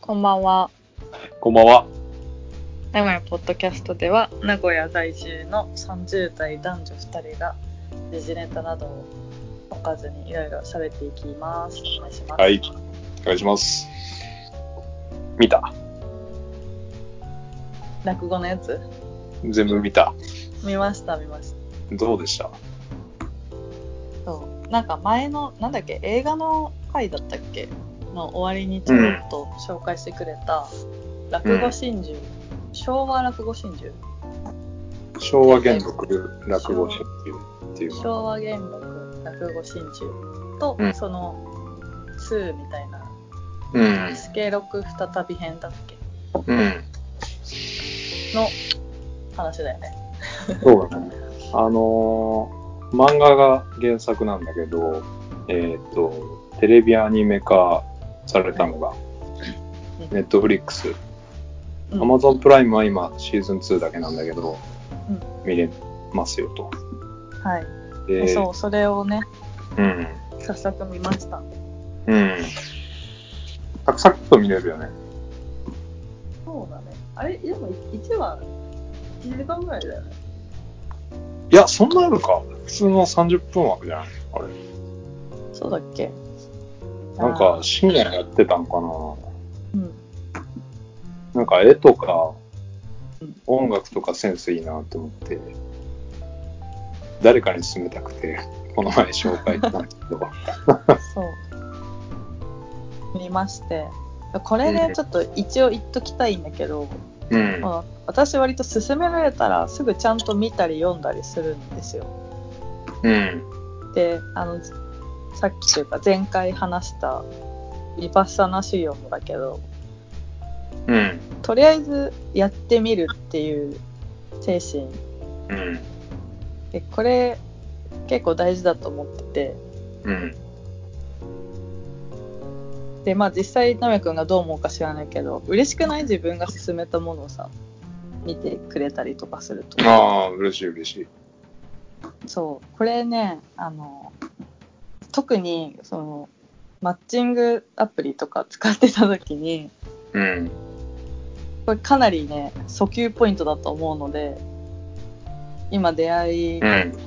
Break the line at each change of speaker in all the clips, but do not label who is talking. こんばんは。
こんばんは。
名古屋ポッドキャストでは、名古屋在住の30代男女2人が、時事ネタなどをおかずにいろいろ喋っていきます。お願いします。
はい。お願いします。見た
落語のやつ
全部見た
見ました、見まし
どうでした
た。そう。なんか前の、なんだっけ、映画の回だったっけの終わりにちょっと紹介してくれた、落語真珠、昭和落語真珠
昭和元禄落語集っていう。
昭和元禄落語真珠と、
うん
その2みたいな
うん。
スケロク再び編だっけ
うん。
の話だよね。
そうだね。あのー漫画が原作なんだけど、えっ、と、テレビアニメ化されたのが、ネットフリックス。ア
うん
マゾンプライムは今シーズン2だけなんだけど、
うん
見れますよと。
はい、
で
そう、それをね、
うん。
早速見ました。
うん。サクサクっと見れるよね。
そうだね。あれ、でも1話、1時間ぐらいだよね。
いや、そんなあるか。普通の30分枠じゃないあれ。
そうだっけ
なんか、、深夜やってたんかな。
うん、
なんか、絵とか
うん、
音楽とかセンスいいなと思って、誰かに勧めたくて、この前紹介したんだけど。
そう。見まして。これね、ちょっと一応言っときたいんだけど、
うん。
まあ私割と勧められたらすぐちゃんと見たり読んだりするんですよ。
うん。
であのさっきというか前回話したリパッサナ修行もだけど
うん。
とりあえずやってみるっていう精神
うん。
でこれ結構大事だと思ってて
うん。
でまあ実際なめくんがどう思うか知らないけど嬉しくない自分が勧めたものをさ見てくれたりとかすると
ああ、嬉しい嬉しい。
そうこれねあの特にそのマッチングアプリとか使ってた時に
うん。
これかなりね訴求ポイントだと思うので今出会い
う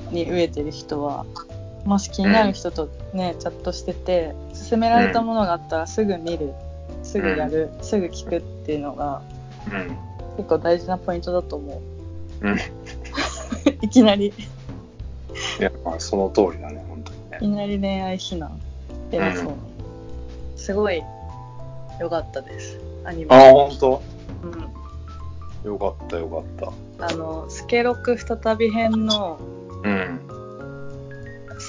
ん。
に飢えてる人はもし気になる人とね、チャットしてて勧められたものがあったらすぐ見るすぐやる、すぐ聞くっていうのが
うん。
結構大事なポイントだと思う、
うん
いきなりい
いや、まあ、その通りだね、本当にね。
きなり恋愛非難偉そうに、すごい良かったですアニ
ああ、
メ
本当
うん
よかったよかっ
あのスケロク再び編の
た。うん。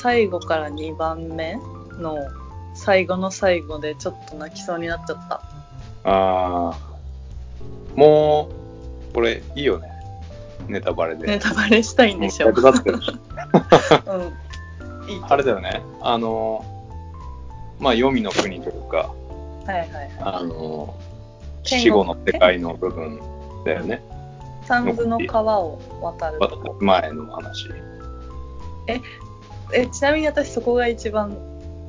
最後から2番目の最後の最後でちょっと泣きそうになっちゃった
ああ。もう、これ、いいよね。ネタバレで。
ネタバレしたいんでしょ、う
役立ってる
ん、いいと
あれだよね。あの、まあ、黄泉の国というか、
はいはいはい
あの、
天国
死後の世界の部分だよね。
三途の川を渡るとこ
前の話。
えちなみに私そこが一番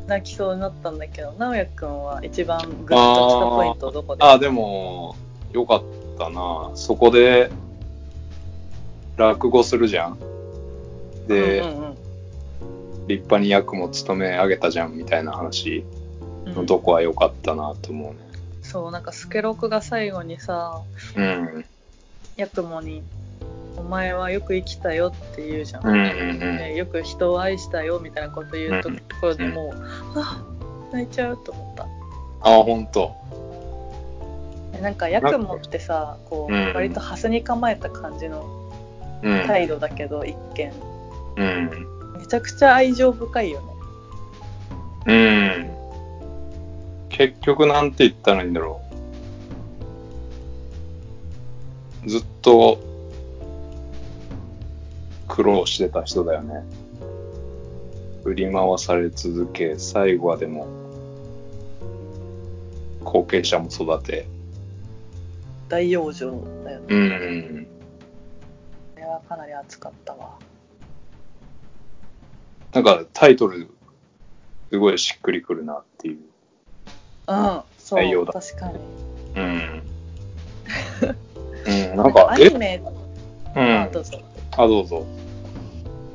泣きそうになったんだけど直哉くんは一番グッときたポイントどこで
ああ、でも、よかったな。そこで、落語するじゃん。で、
うんうん
立派に役も務め上げたじゃんみたいな話
うん
のとこは良かったなと思うね。
そうなんかスケロクが最後にさ
うん。
ヤクモに「お前はよく生きたよ」って言うじゃん、
うんうんうん
ねよく人を愛したよみたいなこと言うと,、
うん
ところでもう、あ泣いちゃうと思った
ああ、ほんと。
えなんかヤクモってさこう、
うん
割とハスに構えた感じの
うん。
態度だけど、一見
うん。
めちゃくちゃ愛情深いよね
うん。結局なんて言ったらいいんだろう。ずっと苦労してた人だよね。振り回され続け、最後はでも後継者も育て。
大養生だよね
うん。
これはかなり熱かったわ
なんかタイトル、すごいしっくりくるなっていう。
うんそ
内容
う
だ
確かに
うん。うん、なんか
ア、
え
ニメ、
う
あ
ん。
どうぞ。
あ、どうぞ。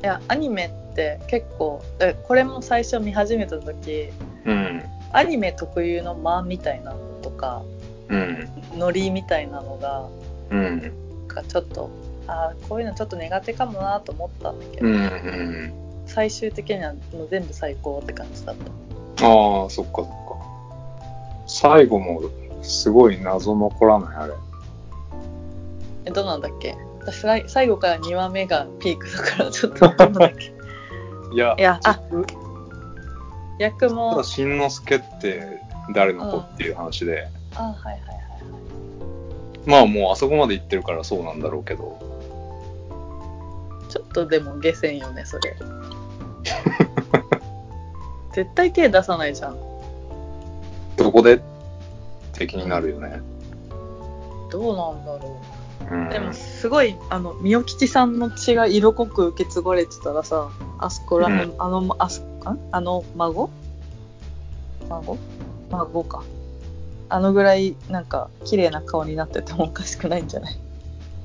いや、アニメって結構、えこれも最初見始めた時、
うん。
アニメ特有の間みたいなのとか、
うん。
ノリみたいなのが、
うん。
なんかちょっと、ああ、こういうのちょっと苦手かもなと思ったんだけ
う
ど、
ん。うん。
最終的にはもう全部最高って感じだった。
ああ、そっかそっか。最後も、すごい謎残らない、あれ。
え、どうなんだっけ私さい最後から2話目がピークだから、ちょっ とどうなんだっけい
いや、
や、あ、役
た
も
だ、、しんのすけって誰の子っていう話で、
あはいはいはいはい。
まあもうあそこまで行ってるからそうなんだろうけど、
ちょっとでも下船よね、そ れ。絶対手出さないじゃん。
どこでって気になるよね。
どうなんだろ
うん
う。でも、すごい、あの、みよきちさんの血が色濃く受け継がれてたらさ、あそこら辺、
う
あの、あそ、んあの、孫孫孫か。あのぐらい、なんか、綺麗な顔になっててもおかしくないんじゃない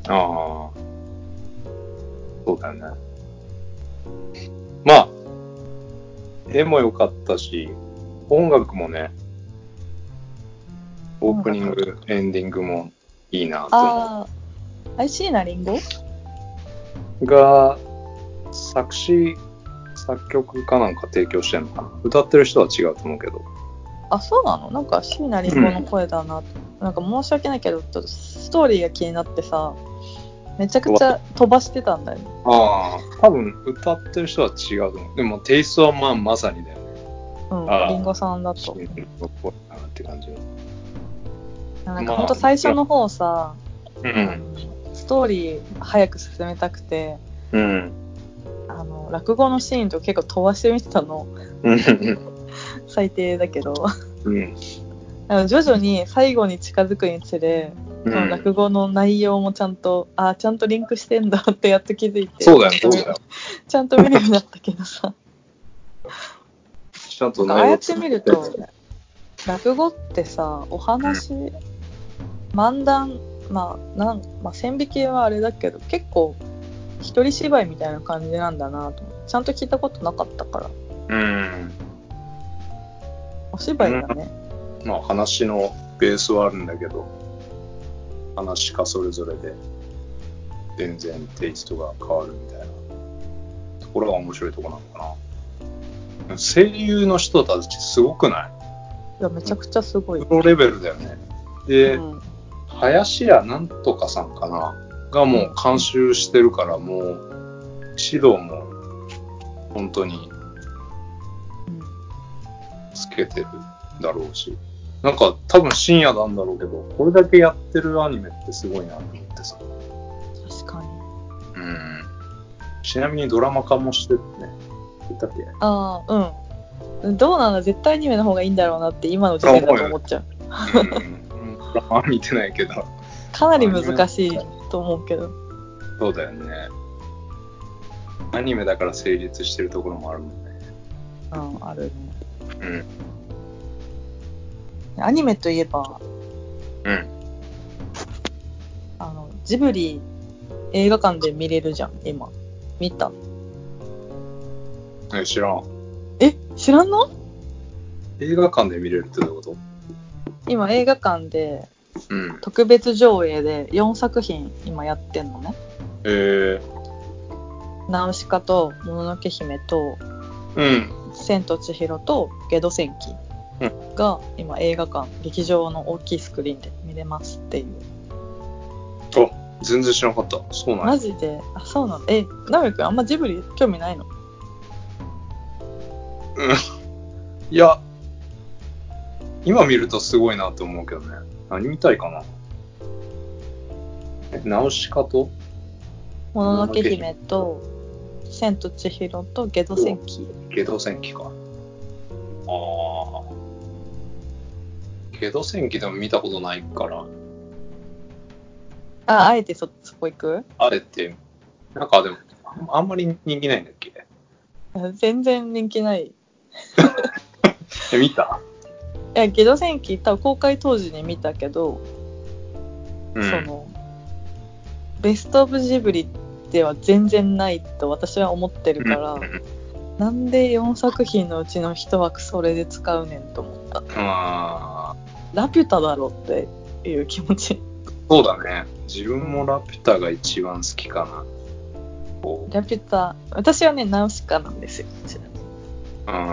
ああ。そうだよね。まあ、絵も良かったし、音楽もね、オープニング、エンディングもいいなと思
ああ、アイシーナリンゴ
う。が、作詞、作曲かなんか提供してんのかな歌ってる人は違うと思うけど。
あ、そうなのなんか、椎名林檎の声だな、なんか申し訳ないけど、ちょっとストーリーが気になってさ、めちゃくちゃ飛ばしてたんだよね。
ああ、多分歌ってる人は違うと思う。でもテイストはまあまさにだよね。
うん、
あー
林檎さんだ
シ
と。
ンの声かなって感じの。
なんか、
まあ
ほんと最初の方さ、
う
あ
ん。
のストーリー早く進めたくて、
うん。
あの、落語のシーンと結構飛ばしてみてたの、
うん。
最低だけど、
うん。
あの徐々に最後に近づくにつれ、
う
その
ん
落語の内容もちゃんと、あーちゃんとリンクしてんだってやっと気づいて、
そうだよ、
ちゃ
そ
ん
う
と
だよ。
ちゃんと見るようになったけどさ。
ちゃんと
なんかあ
内
あ
容
やって見ると、落語ってさ、お話、漫談、まあ、なんまあ、線引きはあれだけど、結構、一人芝居みたいな感じなんだなと思ってちゃんと聞いたことなかったから、
うん。
お芝居だね。
まあ話のベースはあるんだけど、話かそれぞれで、全然テイストが変わるみたいなところが面白いところなのかな。声優の人たちすごくない
いや、めちゃくちゃすごい。
プロレベルだよね。で、
うん
林家なんとかさんかながもう監修してるから、もう指導も本当につけてるだろうし、なんか多分深夜なんだろうけど、これだけやってるアニメってすごいなと思ってさ。
うん確かに。
うん。ちなみにドラマ化もしてるね。言ったっけ
ああ、うん。どうなんだ絶対アニメの方がいいんだろうなって今の時点だと思っちゃう。
うん。ドラマは見てないけど、
かなり難しいと思うけど。
そうだよね。アニメだから成立してるところもあるもんね。
うん、あるね。
うん。
アニメといえば、
うん。
あの、ジブリ映画館で見れるじゃん、今。見た。
え、知らん。
え、知らんの
映画館で見れるってどういうこと
今映画館で
うん。
特別上映で4作品今やってんのね。
えー、
ナウシカと、もののけ姫と、
うん。
千と千尋と、ゲド戦記
う
が今映画館、劇場の大きいスクリーンで見れますっていう。
あ、全然知らなかった。そうなん
マ
や。
ジで、あ、そうなの。え、ナムくんあんまジブリ興味ないの
いや、今見るとすごいなと思うけどね。何見たいかな。え、ナウシカと
もののけ姫と、千と千尋と、ゲド戦記。
ゲド戦記か。ああ。ゲド戦記でも見たことないから、
あ、あえてそ、そこ行く
あれって、なんかでも、あんまり人気ないんだっけ
全然人気ない。
え、見た
や、ゲド戦記、多分公開当時に見たけど、
うん
その、ベスト・オブ・ジブリでは全然ないと私は思ってるから、
うん
なんで4作品のうちの1枠それで使うねんと思った。
あ
ラピュタだろっていう気持ち。
ーそうだね。自分もラピュタが一番好きかな。こ
ラピュタ、私はね、ナウシカなんですよ。こちら
う、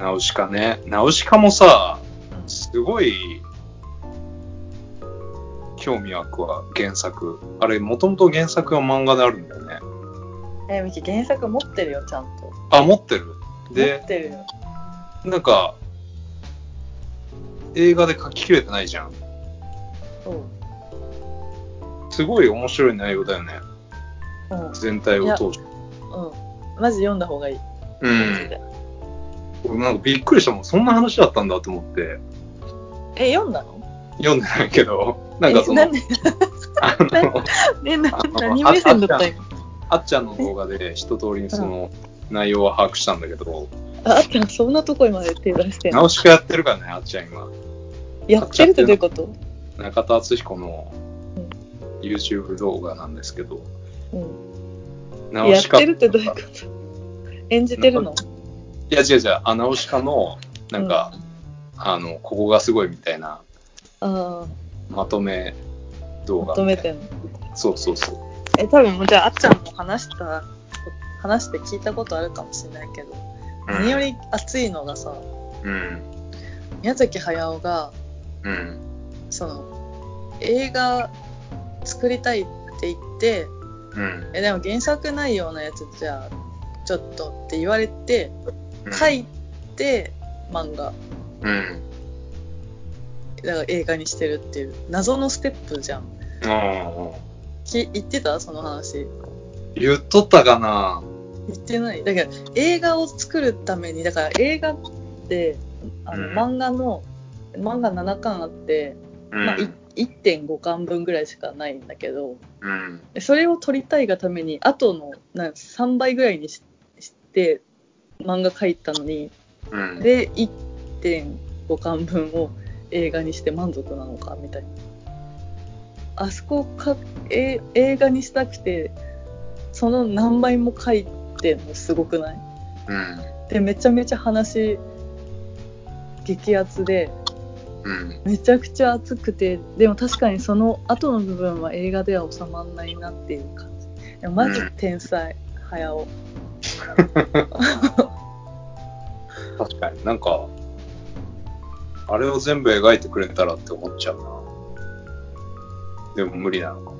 うん。ナウシカね。ナウシカもさ、すごい、興味湧くわ、原作。あれ、もともと原作は漫画であるんだよね。
え、ミキ、原作持ってるよ、ちゃんと。
あ、持ってる。
持
で
っ、てるよ。
なんか、映画で書ききれてないじゃん。
そう。
すごい面白い内容だよね。
うん
全体を通して。
うん。マジ読んだ方がいい。
う
マジ
ん。
で
俺なんかびっくりしたもん。そんな話だったんだと思って。
え、読んだの
読んでないけど、なんかそ
え
の
な、で、
あの、
えな
あの
何目線だった今。
あっちゃんの動画で一通りにその内容は把握したんだけど、
ああったらそんなとこまで手出してんの
直しくやってるからね、あっちゃん今。
やってるってどういうこと
中田敦彦の
うん
YouTube 動画なんですけど、
うん。
ナ
や
ウ
っ
シカ、
て
い
るってどういうこと演じてるの
や違う違う、あ、ナウシカの、なんか、あの、ここがすごいみたいな、
あ
まとめ
あ、
動画。
まとめてんの。
そうそうそう。
え、多分もうじゃあ、あっちゃんも話した、話して聞いたことあるかもしれないけど、何より熱いのがさ、
うん。
宮崎駿が、
うん。
その、映画作りたいって言って、
うん。
えでも原作ないようなやつじゃあちょっとって言われて
うん。
書いて漫画
うん。
だから映画にしてるっていう謎のステップじゃん
うん。
き言ってたその話
言っとったかな
言ってないだけど映画を作るためにだから映画ってあの
うん
漫画の漫画7巻あって、
うん。
まあ、い1.5巻分ぐらいしかないんだけど
うん。
それを撮りたいがために後のなん3倍ぐらいにしして漫画描いたのに
うん。
で1.5巻分を映画にして満足なのかみたいなあそこか、え映画にしたくてその何倍も書いてんのすごくない
うん。
でめちゃめちゃ話激アツで
うん。
めちゃくちゃ熱くてでも確かにその後の部分は映画では収まんないなっていう感じでもマジ天才、早尾
確かになんか、あれを全部描いてくれたらって思っちゃうな。でも無理なのか。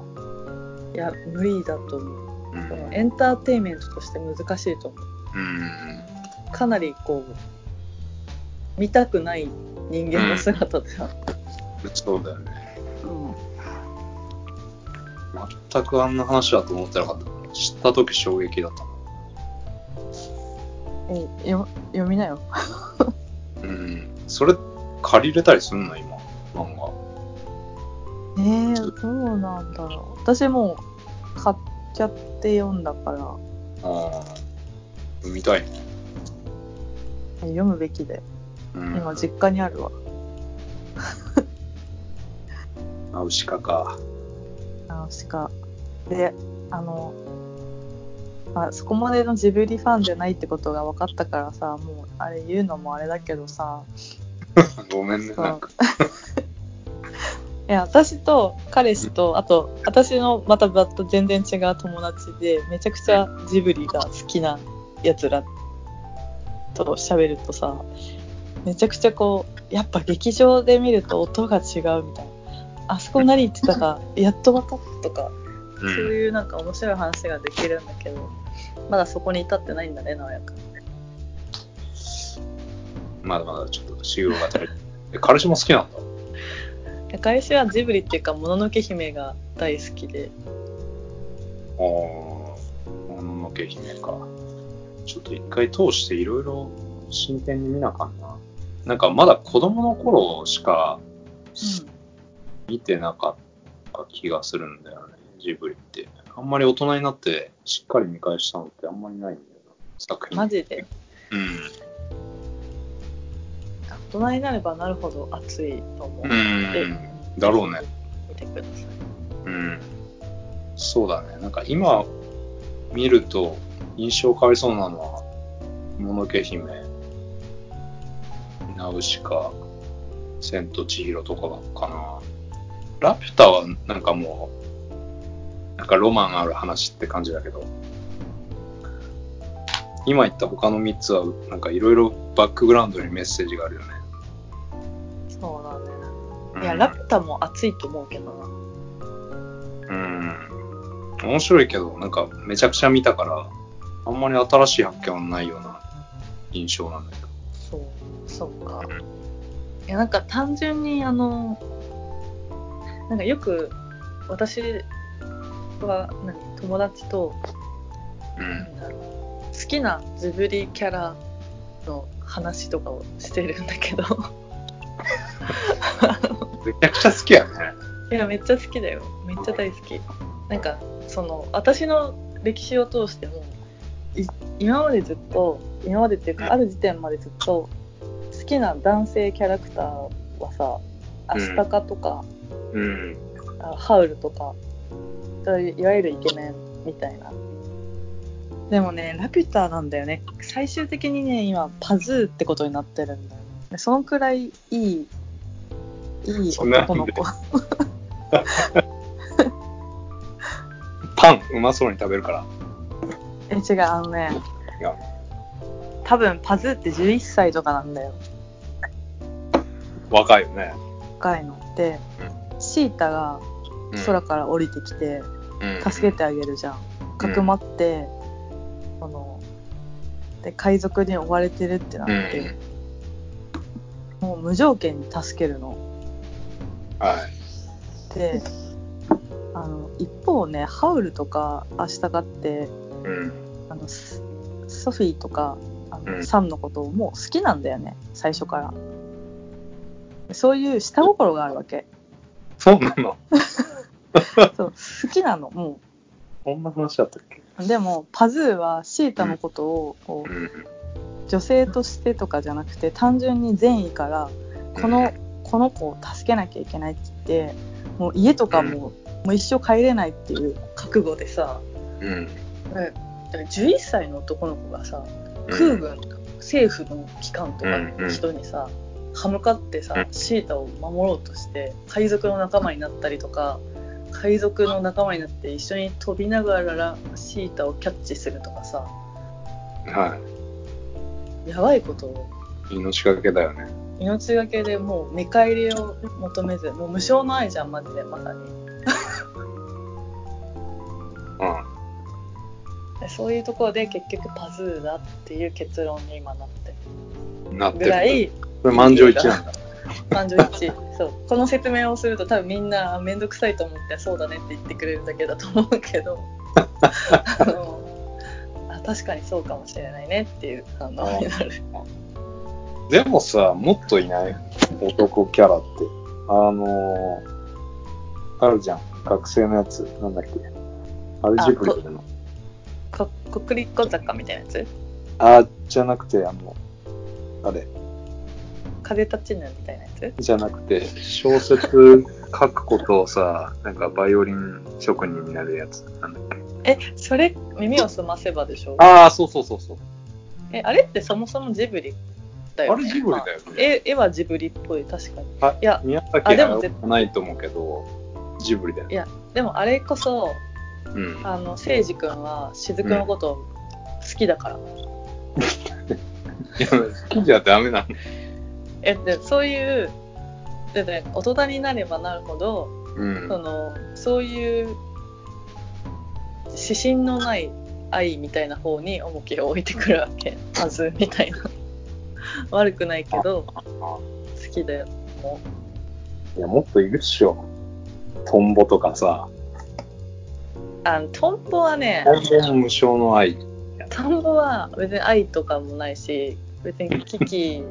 いや無理だと思う
う
その
ん。
エンターテインメントとして難しいと思う
うん。
かなりこう見たくない人間の姿では、
そうだよね。
うん
全くあんな話だと思ってなかった。知った時衝撃だったな。
えよ読みなよ
うん。それ、借りれたりすんの今、漫画。
えー、どうなんだろう私もう買っちゃって読んだから
ああ。読みたいね。
読むべきで
うん。
今実家にあるわ、
ナウシカか。
あのしかであの、まあ、そこまでのジブリファンじゃないってことが分かったからさもうあれ言うのもあれだけどさ
ごめんね、
そう
なんか。
いや私と彼氏とあと私のまたまた全然違う友達でめちゃくちゃジブリが好きなやつらと喋るとさめちゃくちゃこうやっぱ劇場で見ると音が違うみたいなあそこ何言ってたかやっと分かったとか
う。
そうんいうなんか面白い話ができるんだけどまだそこに至ってないんだね直哉君
まだまだちょっと修行が足りない。え、彼氏も好きなんだ。
いや彼氏はジブリっていうかもののけ姫が大好きで
ああ、もののけ姫か。ちょっと一回通していろいろ真剣に見なあかんな。なんかまだ子供の頃しか見てなかった気がするんだよね、ジブリって。あんまり大人になってしっかり見返したのってあんまりないんだよな、作品。
マジで
うん。
人になればなるほど熱いと思う
う
ので、
ん。だろうね。
見てください。
うん。そうだね。なんか今見ると印象変わりそうなのは、もののけ姫、ナウシカ、千と千尋とかかな。ラピュタはなんかもう、なんかロマンある話って感じだけど、今言った他の3つは、なんかいろいろバックグラウンドにメッセージがあるよね。
そうなんだよな。
うん
いや、ラピュタも熱いと思うけどな。
うん。面白いけど、なんかめちゃくちゃ見たから、あんまり新しい発見はないような印象なんだけど。
そう、そうか。いや、なんか単純に、あの、なんかよく私は何友達と、
うん。
なんだろう好きなジブリキャラの話とかをしてるんだけど、
めちゃくちゃ好きやね。
いや、めっちゃ好きだよ。めっちゃ大好き。なんか、その、私の歴史を通しても、い今までずっと、今までっていうか、ある時点までずっと、好きな男性キャラクターはさ、アシタカとか、
うん。
あハウルとか、そういういわゆるイケメンみたいな。でもね、ラピュタなんだよね。最終的にね、今、パズーってことになってるんだよね。そのくらいいい、いい
そんな
男の子。
パン、うまそうに食べるから。
え、違う、あのね
いや、
多分パズーって11歳とかなんだよ、
若いよね。
若いのって。シータが空から降りてきて、助けてあげるじゃん。かくまって、その、で、海賊に追われてるってなっ
うん。うん
て、もう無条件に助けるの。
はい。
で、あの、一方ね、ハウルとかアシタカって、
うん。
あの、スソフィーとか、あの
うん
サムのことをもう好きなんだよね、最初から。そういう下心があるわけ。
そうなの。
そう好きなのも
こんな話だったっけ
うでもパズーはシータのことをこ
うん。
う女性としてとかじゃなくて単純に善意からこのこの子を助けなきゃいけないって言ってもう家とかも,、もう一生帰れないっていう覚悟でさ
うん。
だから11歳の男の子がさ空軍、政府の機関とかの人にさ、歯向かってさ、
うん
シータを守ろうとして海賊の仲間になったりとか海賊の仲間になって一緒に飛びながらシータをキャッチするとかさ
は
やばいことを
い。命がけだよね。
命がけでもう見返りを求めずもう無償の愛じゃんマジでまさに
うん。
でそういうところで結局パズーだっていう結論に今なってる
なって
ぐら
る。
い
これ満場一致なんだ。
感情一致そうこの説明をすると多分みんなあ面倒くさいと思ってそうだねって言ってくれるだけだと思うけどあのあ確かにそうかもしれないねっていう反応になる
でもさ、もっといない男キャラって。あのー、あるじゃん。学生のやつ。なんだっけ。あれ
あ
ジブリじゃない
ここくりっこ坂みたいなやつ
ああ、じゃなくて、あの、あれ、
風立ちぬみたいなやつ
じゃなくて、小説書くことをさ、なんかバイオリン職人になるやつ。なんだっけ。
えそれ耳をすませばでしょ
ああ、そうそうそうそう。
えあれってそもそもジブリだよね
あれジブリだよね
まあ絵絵はジブリっぽい確かに
あ
いや
宮
あ
崎
でも
駿
絶
はないと思うけど、ジブリだよね。
でもあれこそ
うん。
あの誠司君は雫のこと好きだから、
いや、好きじゃダメなんだ。
えでそういうでで大人になればなるほど、
うん。
そのそういう指針のない愛みたいな方に重きを置いてくるわけはずみたいな悪くないけど好きだよも
いや、もっといるっしょ。トンボとかさ、
うあのトンボはね
トンボも無償の愛。
トンボは別に愛とかもないし別にキ キ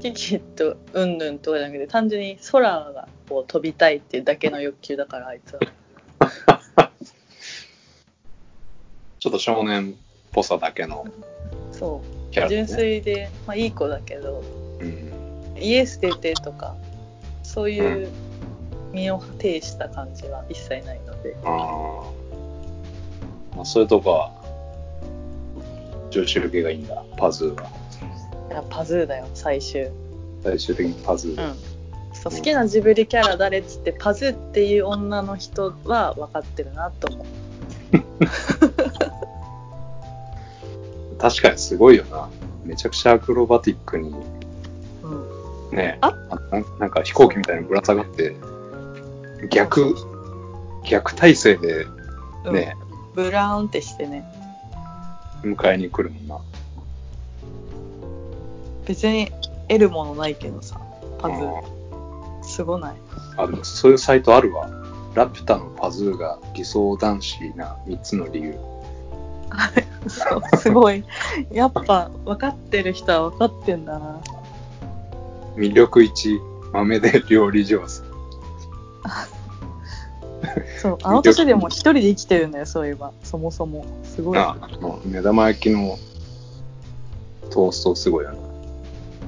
キキとうんぬんとかじゃなくて単純に空がこう飛びたいっていうだけの欲求だからあいつは
ちょっと少年っぽさだけの
そう
キャラ、ね。
純粋で、まあ、いい子だけど
うん。
家捨ててとか、そういう身を挺した感じは一切ないので。
ああ。まあ、そういうとこは、女子受けがいいんだ、パズーは。
いやパズーだよ、最終。
最終的にパズ
う
ー。
ん。そう好きなジブリキャラ誰っつって、パズーっていう女の人は分かってるなと思う。
確かにすごいよな。めちゃくちゃアクロバティックに、
うん、
ね、
あ
なんなんか飛行機みたいにぶら下がって、逆、逆体勢で
うん
ね、
ブラーンってしてね。
迎えに来るもんな。
別に得るものないけどさ、パズー。
あ
すごない。
ーあ、でもそういうサイトあるわ。ラピュタのパズーが偽装男子な3つの理由。
そう、すごい。やっぱ分かってる人は分かってんだな。
魅力1、豆で料理上手。
そう、あの年でも一人で生きてるんだよ、そういえば。そもそも。すごい。
ああの、目玉焼きのトーストすごいよな。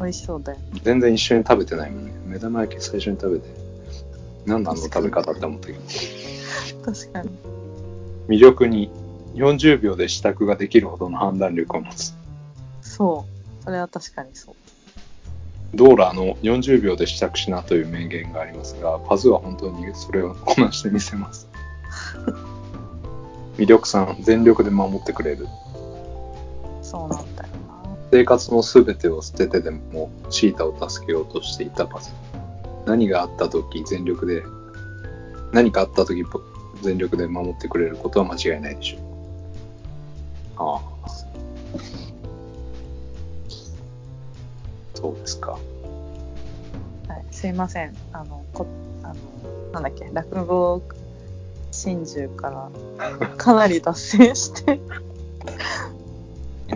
美味しそうだよ。
全然一緒に食べてないもんね。目玉焼き最初に食べて。なんだあの食べ方って思ったけど。
確かに。
魅力に40秒で支度ができるほどの判断力を持つ。
そう。それは確かにそう。
ドーラの40秒で支度しなという名言がありますが、パズーは本当にそれをこなしてみせます。魅力さん、全力で守ってくれる。
そうなんだよな。
生活のすべてを捨ててでもシータを助けようとしていたパズー。何があった時、全力で、何かあった時、全力で守ってくれることは間違いないでしょう。ああ。そうですか。
はい、すいません。あの、こあのなんだっけ、落語真珠からかなり脱線して、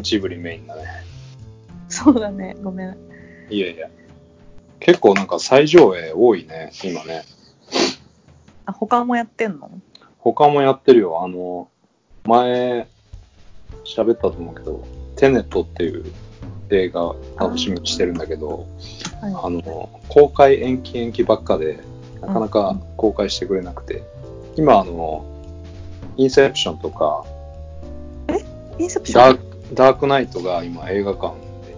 ジブリメインだね。
そうだね、ごめん。
いやいや。結構なんか最上映多いね、今ね。
あ、他もやってんの
他もやってるよ。あの、前、喋ったと思うけど、テネットっていう映画楽しみにしてるんだけど、あ
はい。
の、公開延期延期ばっかで、なかなか公開してくれなくて、今あの、インセプションとか、
インセプショ
ダ
ン
ークダークナイトが今映画館で、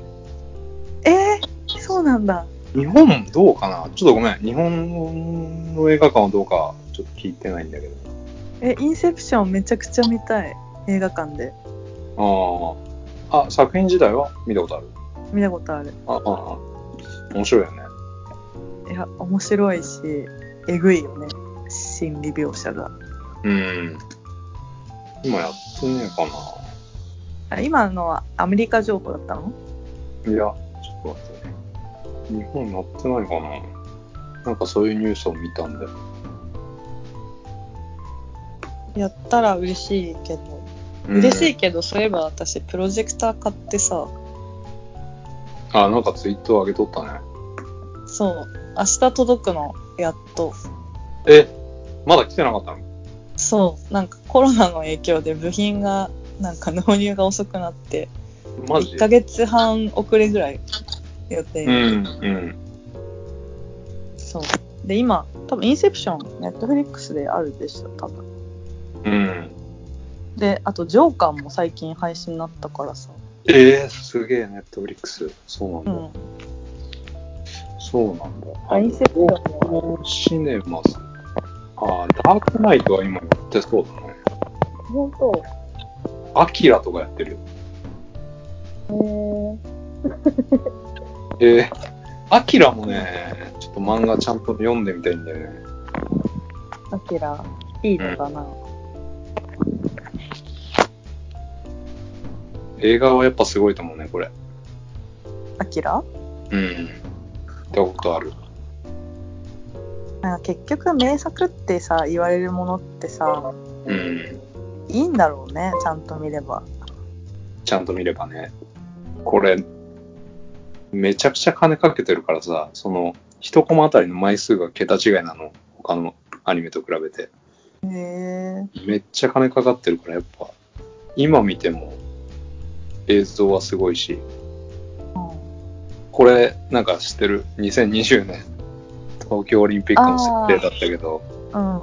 えー、そうなんだ。
日本どうかなちょっとごめん。日本の映画館はどうか、ちょっと聞いてないんだけど。
え、インセプションめちゃくちゃ見たい。映画館で。
ああ。あ、作品自体は見たことある。
見たことある。
ああ、あ面白いよね。
いや、面白いし、えぐいよね。心理描写が。
うん。今やってねえか
あ今のはアメリカ情報だったの
な。いや、ちょっと待ってね。日本やってないかな。なんかそういうニュースを見たんだよ。
やったら嬉しいけど。
うん
嬉しい。けど、そういえば私、プロジェクター買ってさ、
あ、なんかツイート上げとったね。
そう、明日届くの、やっと。
え、まだ来てなかったの
そう、なんかコロナの影響で部品が、なんか納入が遅くなって、
マジ
1ヶ月半遅れぐらい予定。
うん、うん。
そう。で、今、多分インセプション、ネットフリックスであるでしょ、多分。
うん。
で、あと、ジョーカーも最近配信になったからさ。
えー、すげえ、ネットフリックス。そう
う
なんだ。
ん。
そうなんだ。
あインセプションも
シネマス。あー、ダークナイトは今やってそうだね。
本当
アキラとかやってるよ。
えー、
えー、アキラもね、ちょっと漫画ちゃんと読んでみたいんだよね。
アキラ、いいのかな、
映画はやっぱすごいと思うね、これ。
アキラ
うん。見たことある。
なんか結局名作ってさ、言われるものってさ、
うん。
いいんだろうね、ちゃんと見れば。
ちゃんと見ればね。これ、めちゃくちゃ金かけてるからさ、その、一コマあたりの枚数が桁違いなの。他のアニメと比べて。
へえ
めっちゃ金かかってるから、やっぱ、今見ても映像はすごいし、
ー。
ここれ、なんか知ってる ?2020 年、東京オリンピックの設定だったけど、
うん。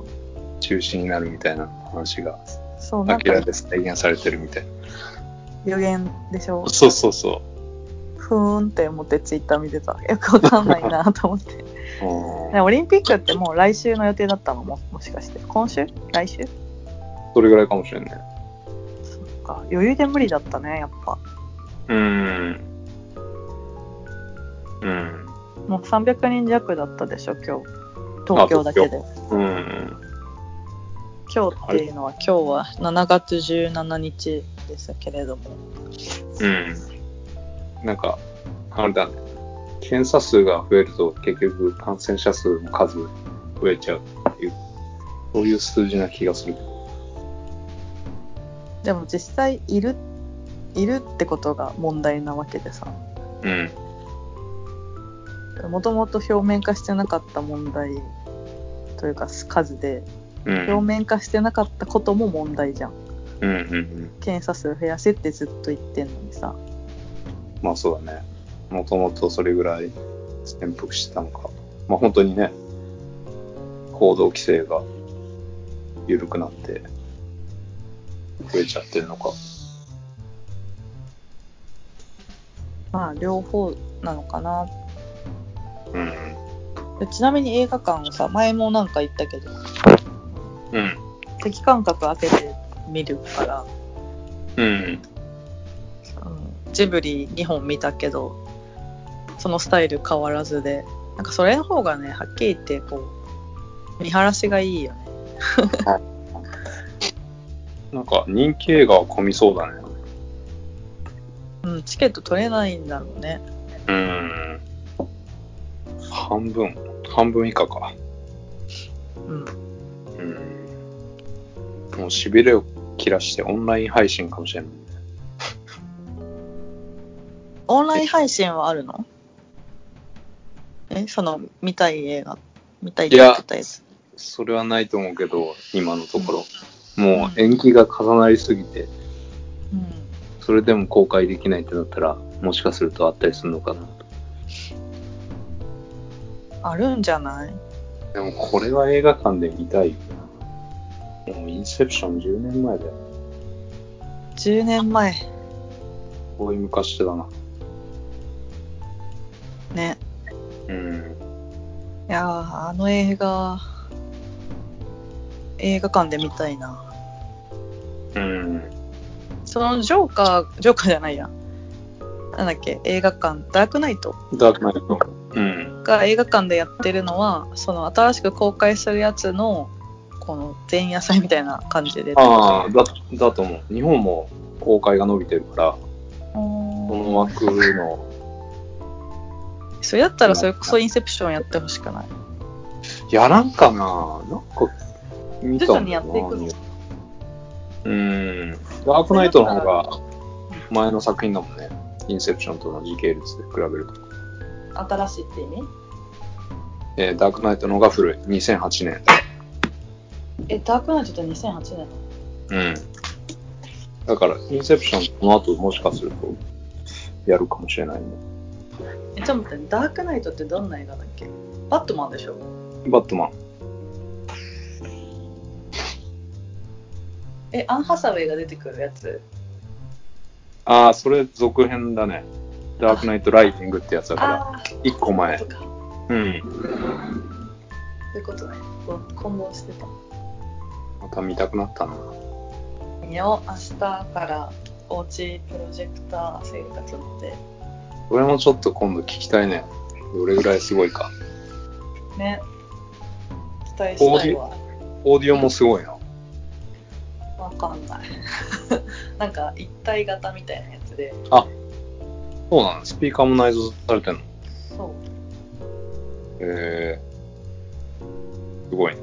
中止になるみたいな話が、
そう、
ア
なん
キラ
か
で再現されてるみたいな。
予言でしょ。
そうそうそ
ふーんって思ってツイッター見てた。よくわかんないなと思って。
う。うん
ねオリンピックってもう来週の予定だったのも、もしかして。今週来週
それぐらいかもしれんね。
そっか。余裕で無理だったね、やっぱ。
うん。うん。
もう300人弱だったでしょ、今日。東京だけで。
うん。
今日っていうのは、今日は7月17日ですけれども。
うん。なんか、あれだね。検査数が増えると、結局感染者数の数増えちゃうっていう、そういう数字な気がする。
でも実際いる、いるってことが問題なわけでさ。
うん。
もともと表面化してなかった問題というか数で、
うん。
表面化してなかったことも問題じゃん。
うんうんうん。
検査数増やせってずっと言ってんのにさ。
まあそうだね。もともとそれぐらい潜伏してたのか。まあ本当にね、行動規制が緩くなって、増えちゃってるのか。
まあ両方なのかな。
うん。
でちなみに映画館をさ、前もなんか言ったけど、
うん。
敵感覚開けて見るから、
うん。
うん、ジブリ2本見たけど、そのスタイル変わらずで、なんかそれの方がね、はっきり言って、こう、見晴らしがいいよね。
なんか人気映画は混みそうだね。
うん、チケット取れないんだろうね。
うん。半分、半分以下か。
うん。
うん。もうしびれを切らしてオンライン配信かもしれない。
オンライン配信はあるのえ、その、見たい映画、見たいって言ってたやつ。
それはないと思うけど、今のところ。もう延期が重なりすぎて、
うん。
それでも公開できないってなったら、もしかするとあったりするのかなと。
あるんじゃない
でもこれは映画館で見たいよな。もうインセプション10年前だよ。
?10 年前。
遠い昔だな。
ね。
うん。
いやー、あの映画、映画館で見たいな。
うん。
その、ジョーカー、ジョーカーじゃないや。なんだっけ、映画館、ダークナイト
ダークナイト。うん。
が映画館でやってるのは、その、新しく公開するやつの、この、前夜祭みたいな感じで。
ああ、だ、だと思う。日本も公開が伸びてるから、この
おー
枠の、
それだったら、それこそインセプションやってほしくない
やらんかななんか、見
徐
た
々
ん
に
だ
や
よ
っ
な
ていくの。
うん。ダークナイトの方が前の作品だもんね。インセプションとの時系列で比べると。
新しいって意味
えーダークナイトの方が古い。2008年。
え、ダークナイトって2008年
うん。だから、インセプションこの後もしかすると、やるかもしれないね。
え、ちょっと待って、ダークナイトってどんな映画だっけバットマンでしょ
バットマン。
え、アン・ハサウェイが出てくるやつ
ああ、それ続編だね。ダークナイトライティングってやつだから、
あー、
1個前
そ。うか。そ
うん。
ういうことね。こう混同してた。
また見たくなったな。
見よう、明日からおうちプロジェクター生活ので。
これもちょっと今度聞きたいね。どれぐらいすごいか。
ね。期待したいわ。
オーディオもすごいな。
わかんない。 なんか一体型みたいなやつで。
そうなのスピーカーも内蔵されてんの。
そう。
えー、すごいね。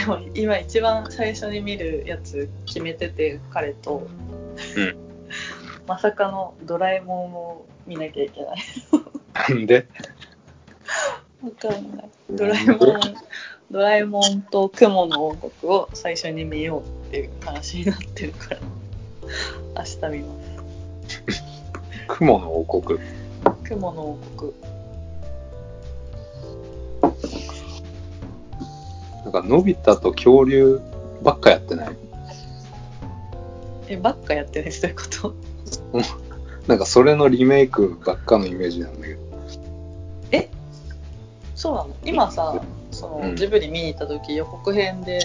でも今一番最初に見るやつ決めてて彼と、
うん
まさかの「ドラえもん」を見なきゃいけない
なん で
わかんないドラえもんドラえもんと雲の王国を最初に見ようっていう話になってるから明日見ま
雲の王国。
す雲の王国。
なんか、のび太と恐竜ばっかやってない
え、ばっかやってね、そういうこと。
なんか、それのリメイクばっかのイメージなんだけど。
そうなの今さ、その、
うん
ジブリ見に行った時予告編で、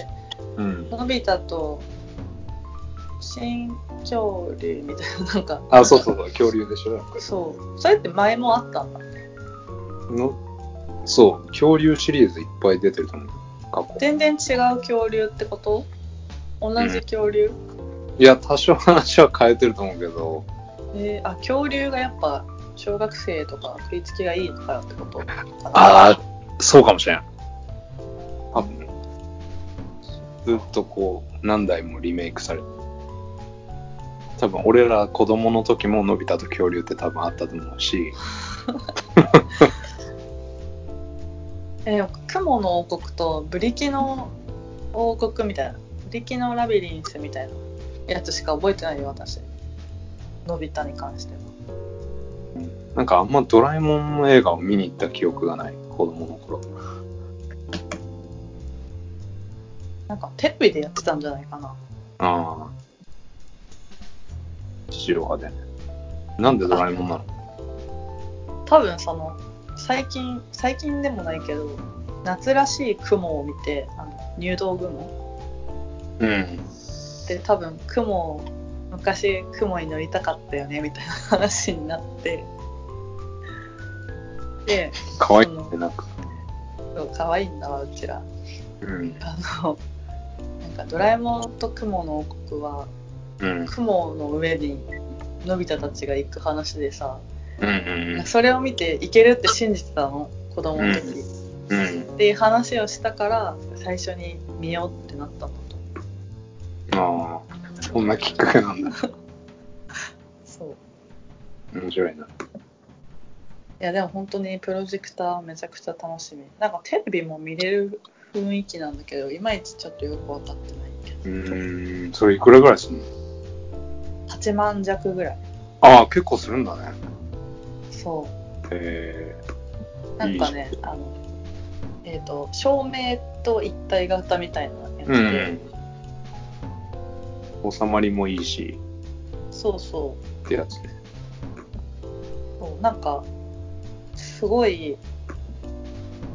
うん。
のび太と新潮流みたいな、なんか、
あ、そうそうそう、恐竜でしょ、やっぱり
そう。それって前もあったんだ。
のそう、恐竜シリーズいっぱい出てると思う。過去。
全然違う恐竜ってこと同じ恐竜、
いや、多少話は変えてると思うけど、
えーあ、恐竜がやっぱ小学生とか食いつきがいいからってことかな
ああ、そうかもしれん。多分。ずっとこう、何代もリメイクされて。多分、俺ら子供の時ものび太と恐竜って多分あったと思うし、
えー、雲の王国とブリキの王国みたいな、ブリキのラビリンスみたいなやつしか覚えてないよ、私。のび太に関しては。
なんかあんまドラえもんの映画を見に行った記憶がない、子供の頃。
なんかテレビでやってたんじゃないかな。
ああ。地上波でね。なんでドラえもんなの
多分その、最近、最近でもないけど、夏らしい雲を見て、あの入道雲
うん。
で多分雲を、昔雲に乗りたかったよねみたいな話になって、で、
かわいくてなんか。
そう可愛いんだわ、うちら。
うん。
あの、なんかドラえもんと雲の王国は、
うん。
雲の上にのび太たちが行く話でさ、
うんうん
それを見て行けるって信じてたの、子供の時。
うん。うん。
っていう話をしたから、最初に見ようってなったんだと思
ああ、
う。
そんなきっかけなんだ。
そう。
面白いな。
いや、でも本当にプロジェクターめちゃくちゃ楽しみ。なんかテレビも見れる雰囲気なんだけど、いまいちちょっとよくわかってないけ
う
ど、
ーん、それいくらぐらいするの
8万弱ぐらい。
ああ、結構するんだね。
そう。
え
なんかね、あの、えっ、と、照明と一体型みたいなやつ
う
で、
んー、収まりもいいし、
そうそ
ってやつね。
うそう、なんか、すごい、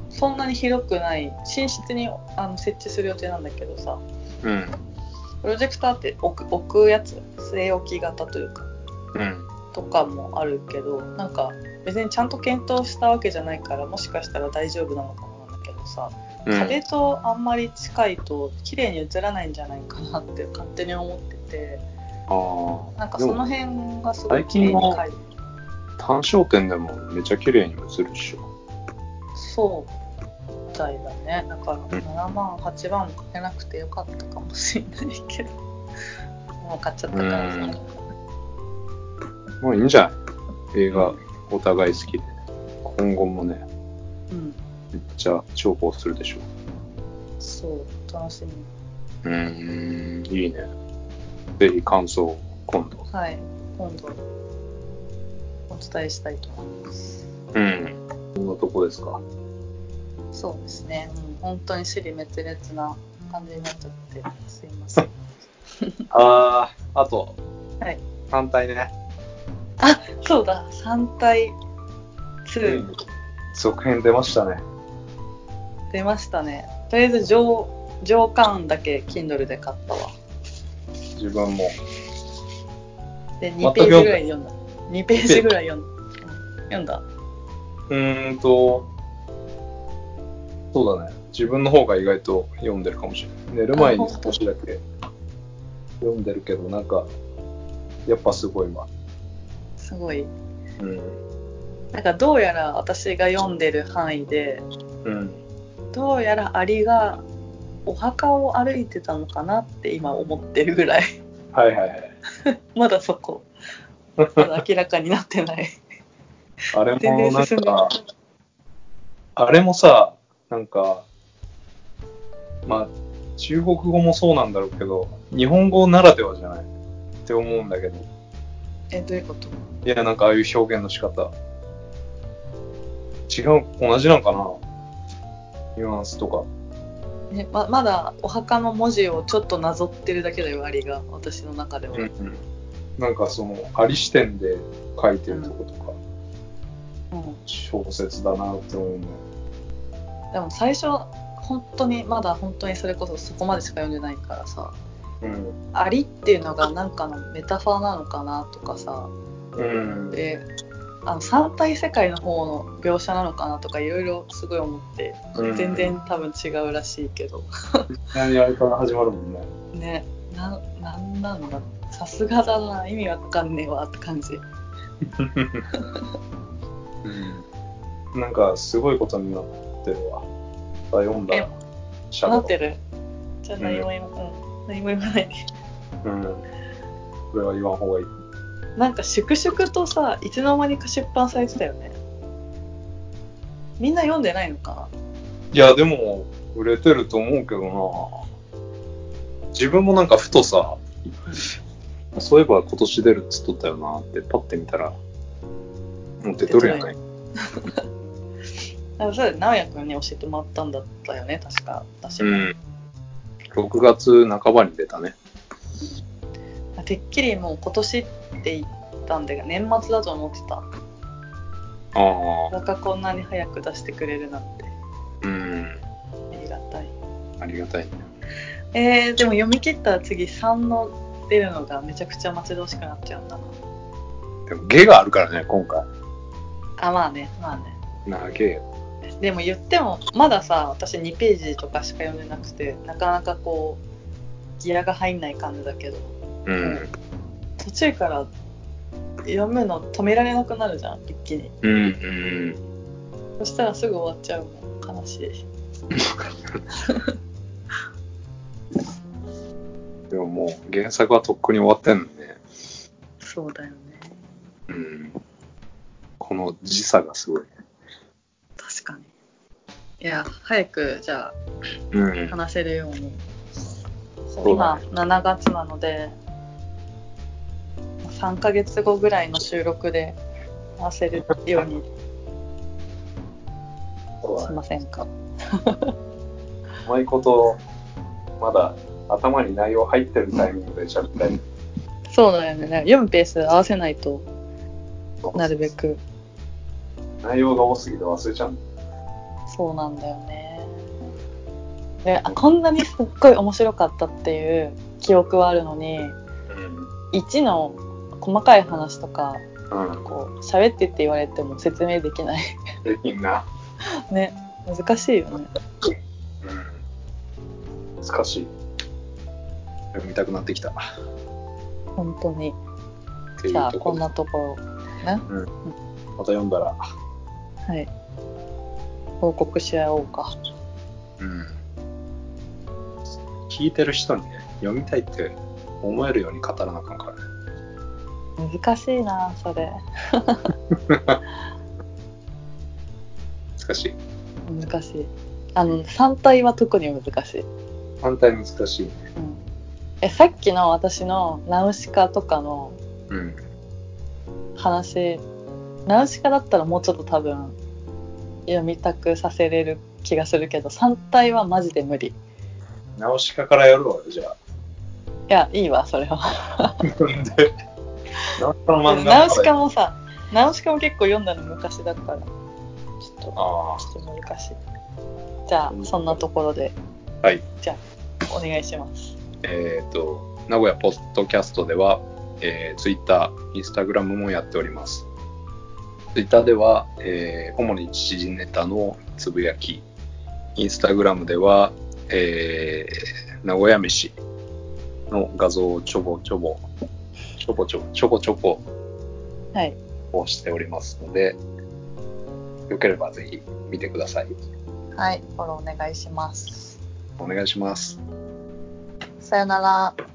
そんなに広くない、寝室にあの設置する予定なんだけどさ、
うん。
プロジェクターって置く置くやつ、据え置き型というか、
うん。
とかもあるけど、なんか、別にちゃんと検討したわけじゃないから、もしかしたら大丈夫なのかもなんだけどさ、
うん、
壁とあんまり近いと綺麗に映らないんじゃないかなって勝手に思ってて
ああ、
なんかその
でも
辺がすごい
最
綺麗に
近は
描いて
単焦点でもめちゃ綺麗に映るっしょ。
そうみたいだねだから
うん
7万8万もかけなくてよかったかもしれないけどもう買っちゃったからさ
うんまあいいんじゃない映画、お互い好きで。今後もね、
うん
めっちゃ重宝するでしょ
そう楽しみ
う。うーん、いいね。ぜひ感想を今度。
はい今度お伝えしたいと思います
うん。こんなとこですか。
そうですね、うん、本当に尻滅裂な感じになっちゃってすいません
ああ、あと、
はい
反対ね。
あそうだ3対
う
2
ん続編出ましたね。
出ましたねとりあえず上上巻だけ Kindle で買ったわ
自分も。
で
全
2
く
ペー
読
ジ
ん
ぐ
だ
らい読んだ2ページぐらい読んだうん読んだ
うーんと、そうだね。自分の方が意外と読んでるかもしれない。寝る前に少しだけ読んでるけど、なんか、やっぱすごいわ。
すごい
うん。
なんかどうやら私が読んでる範囲で
うん。
どうやらアリがお墓を歩いてたのかなって今思ってるぐらい
はいはいはい。
まだそこまだ明らかになってない
あれ
全
も
然
なん
進んでな
か
い、
あれもさ、なんか、まあ、中国語もそうなんだろうけど、日本語ならではじゃないって思うんだけど、
えどういうこと
いや、なんかああいう表現の仕方。違う、同じなんかなニュアンスとか。
ね、ままだお墓の文字をちょっとなぞってるだけだよアリが私の中では、
うんなんかその、あり視点で書いてるとことか、
うん
小説だなって思うね。
でも最初本当にまだ本当にそれこそそこまでしか読んでないからさ
うん。
アリっていうのがなんかのメタファーなのかなとかさ
うん。
であの三体世界の方の描写なのかなとかいろいろすごい思って
うん
全然多分違うらしいけど、
いきなりあれから始まるもんね。
ねななんなんださすがだな意味わかんねえわって感じ
うん。なんか、すごいことになってるわ。あ読んだ
え
ら。シャ
な
ドウ
ってるじゃあ何も言わ,、うん何も言わないで
うん。これは言わん方がいい。
なんか粛々とさいつの間にか出版されてたよねみんな読んでないのか
いや、でも、売れてると思うけどな自分もなんかふとさ、そういえば今年出るっつっとったよなって、パッて見たら、もう出とるやない。
なあそれ直哉くんに教えてもらったんだったよね確か私
う
も、
ん。6月半ばに出たね。
てっきりもう今年って言ったんで年末だと思ってた
ああ、
またこんなに早く出してくれるなんて
うん。
ありがたい
ありがたいね。
えー、でも読み切ったら次3の出るのがめちゃくちゃ待ち遠しくなっちゃうんだな
でも、芸があるからね、今回。
あまあねまあね
なげえよ。
でも言ってもまださ私2ページとかしか読んでなくてなかなかこうギアが入んない感じだけど
うん。
途中から読むの止められなくなるじゃん一気に
うん、うん。
そしたらすぐ終わっちゃうもん悲しい
でももう、原作はとっくに終わってんのね。
そうだよね
うん。この時差がすごい。
確かにいや早くじゃ
うん
あ。話せるように
そう
今
だね
7月なので3ヶ月後ぐらいの収録で回せるように
そうだ
し
ね
ませんか
うまいこと、まだ頭に内容入ってるタイミングで喋ったり。
そうだよねなんか読むペース合わせないとなるべく
内容が多すぎて忘れちゃう。
そうなんだよねであこんなにすっごい面白かったっていう記憶はあるのに1の細かい話とか
うん。うん。
こう喋ってって言われても説明できない
できんな。
ね難しいよね
うん。難しい。読みたくなってきた。
本当に
っていう
じゃあ
とこ
こん
ろで
なところ
また読んだら。
はい。報告し合おうか。
うん。聞いてる人にね、読みたいって思えるように語らなあかんからね。
難しいな、それ。
難しい。
難しい。あの、3体は特に難しい。
反対難しいね。
うん。え、さっきの私のナウシカとかの
うん。
話、ナウシカだったらもうちょっと多分、読みたくさせれる気がするけど、3体はマジで無理。い
直しかからやろうよ、じゃあ。
や、いいわ、それは。
なんで、直しかの漫画
ナウシカもさ、ナウシカも結構読んだの昔だから、ちょっと。
あ
ちょっと難しい。じゃあ、そんなところで。
はい。
じゃあ、お願いします。
あ、えっ、と、名古屋ポッドキャストでは、えー、Twitter、Instagram もやっております。Twitter では、えー主に知人ネタのつぶやき、Instagram では、えー名古屋飯の画像をちょぼちょぼ、ちょぼちょぼ、ちょぼちょぼ
はい。
をしておりますので、よければぜひ見てください。
はい。フォローお願いします。
お願いします。
さよなら。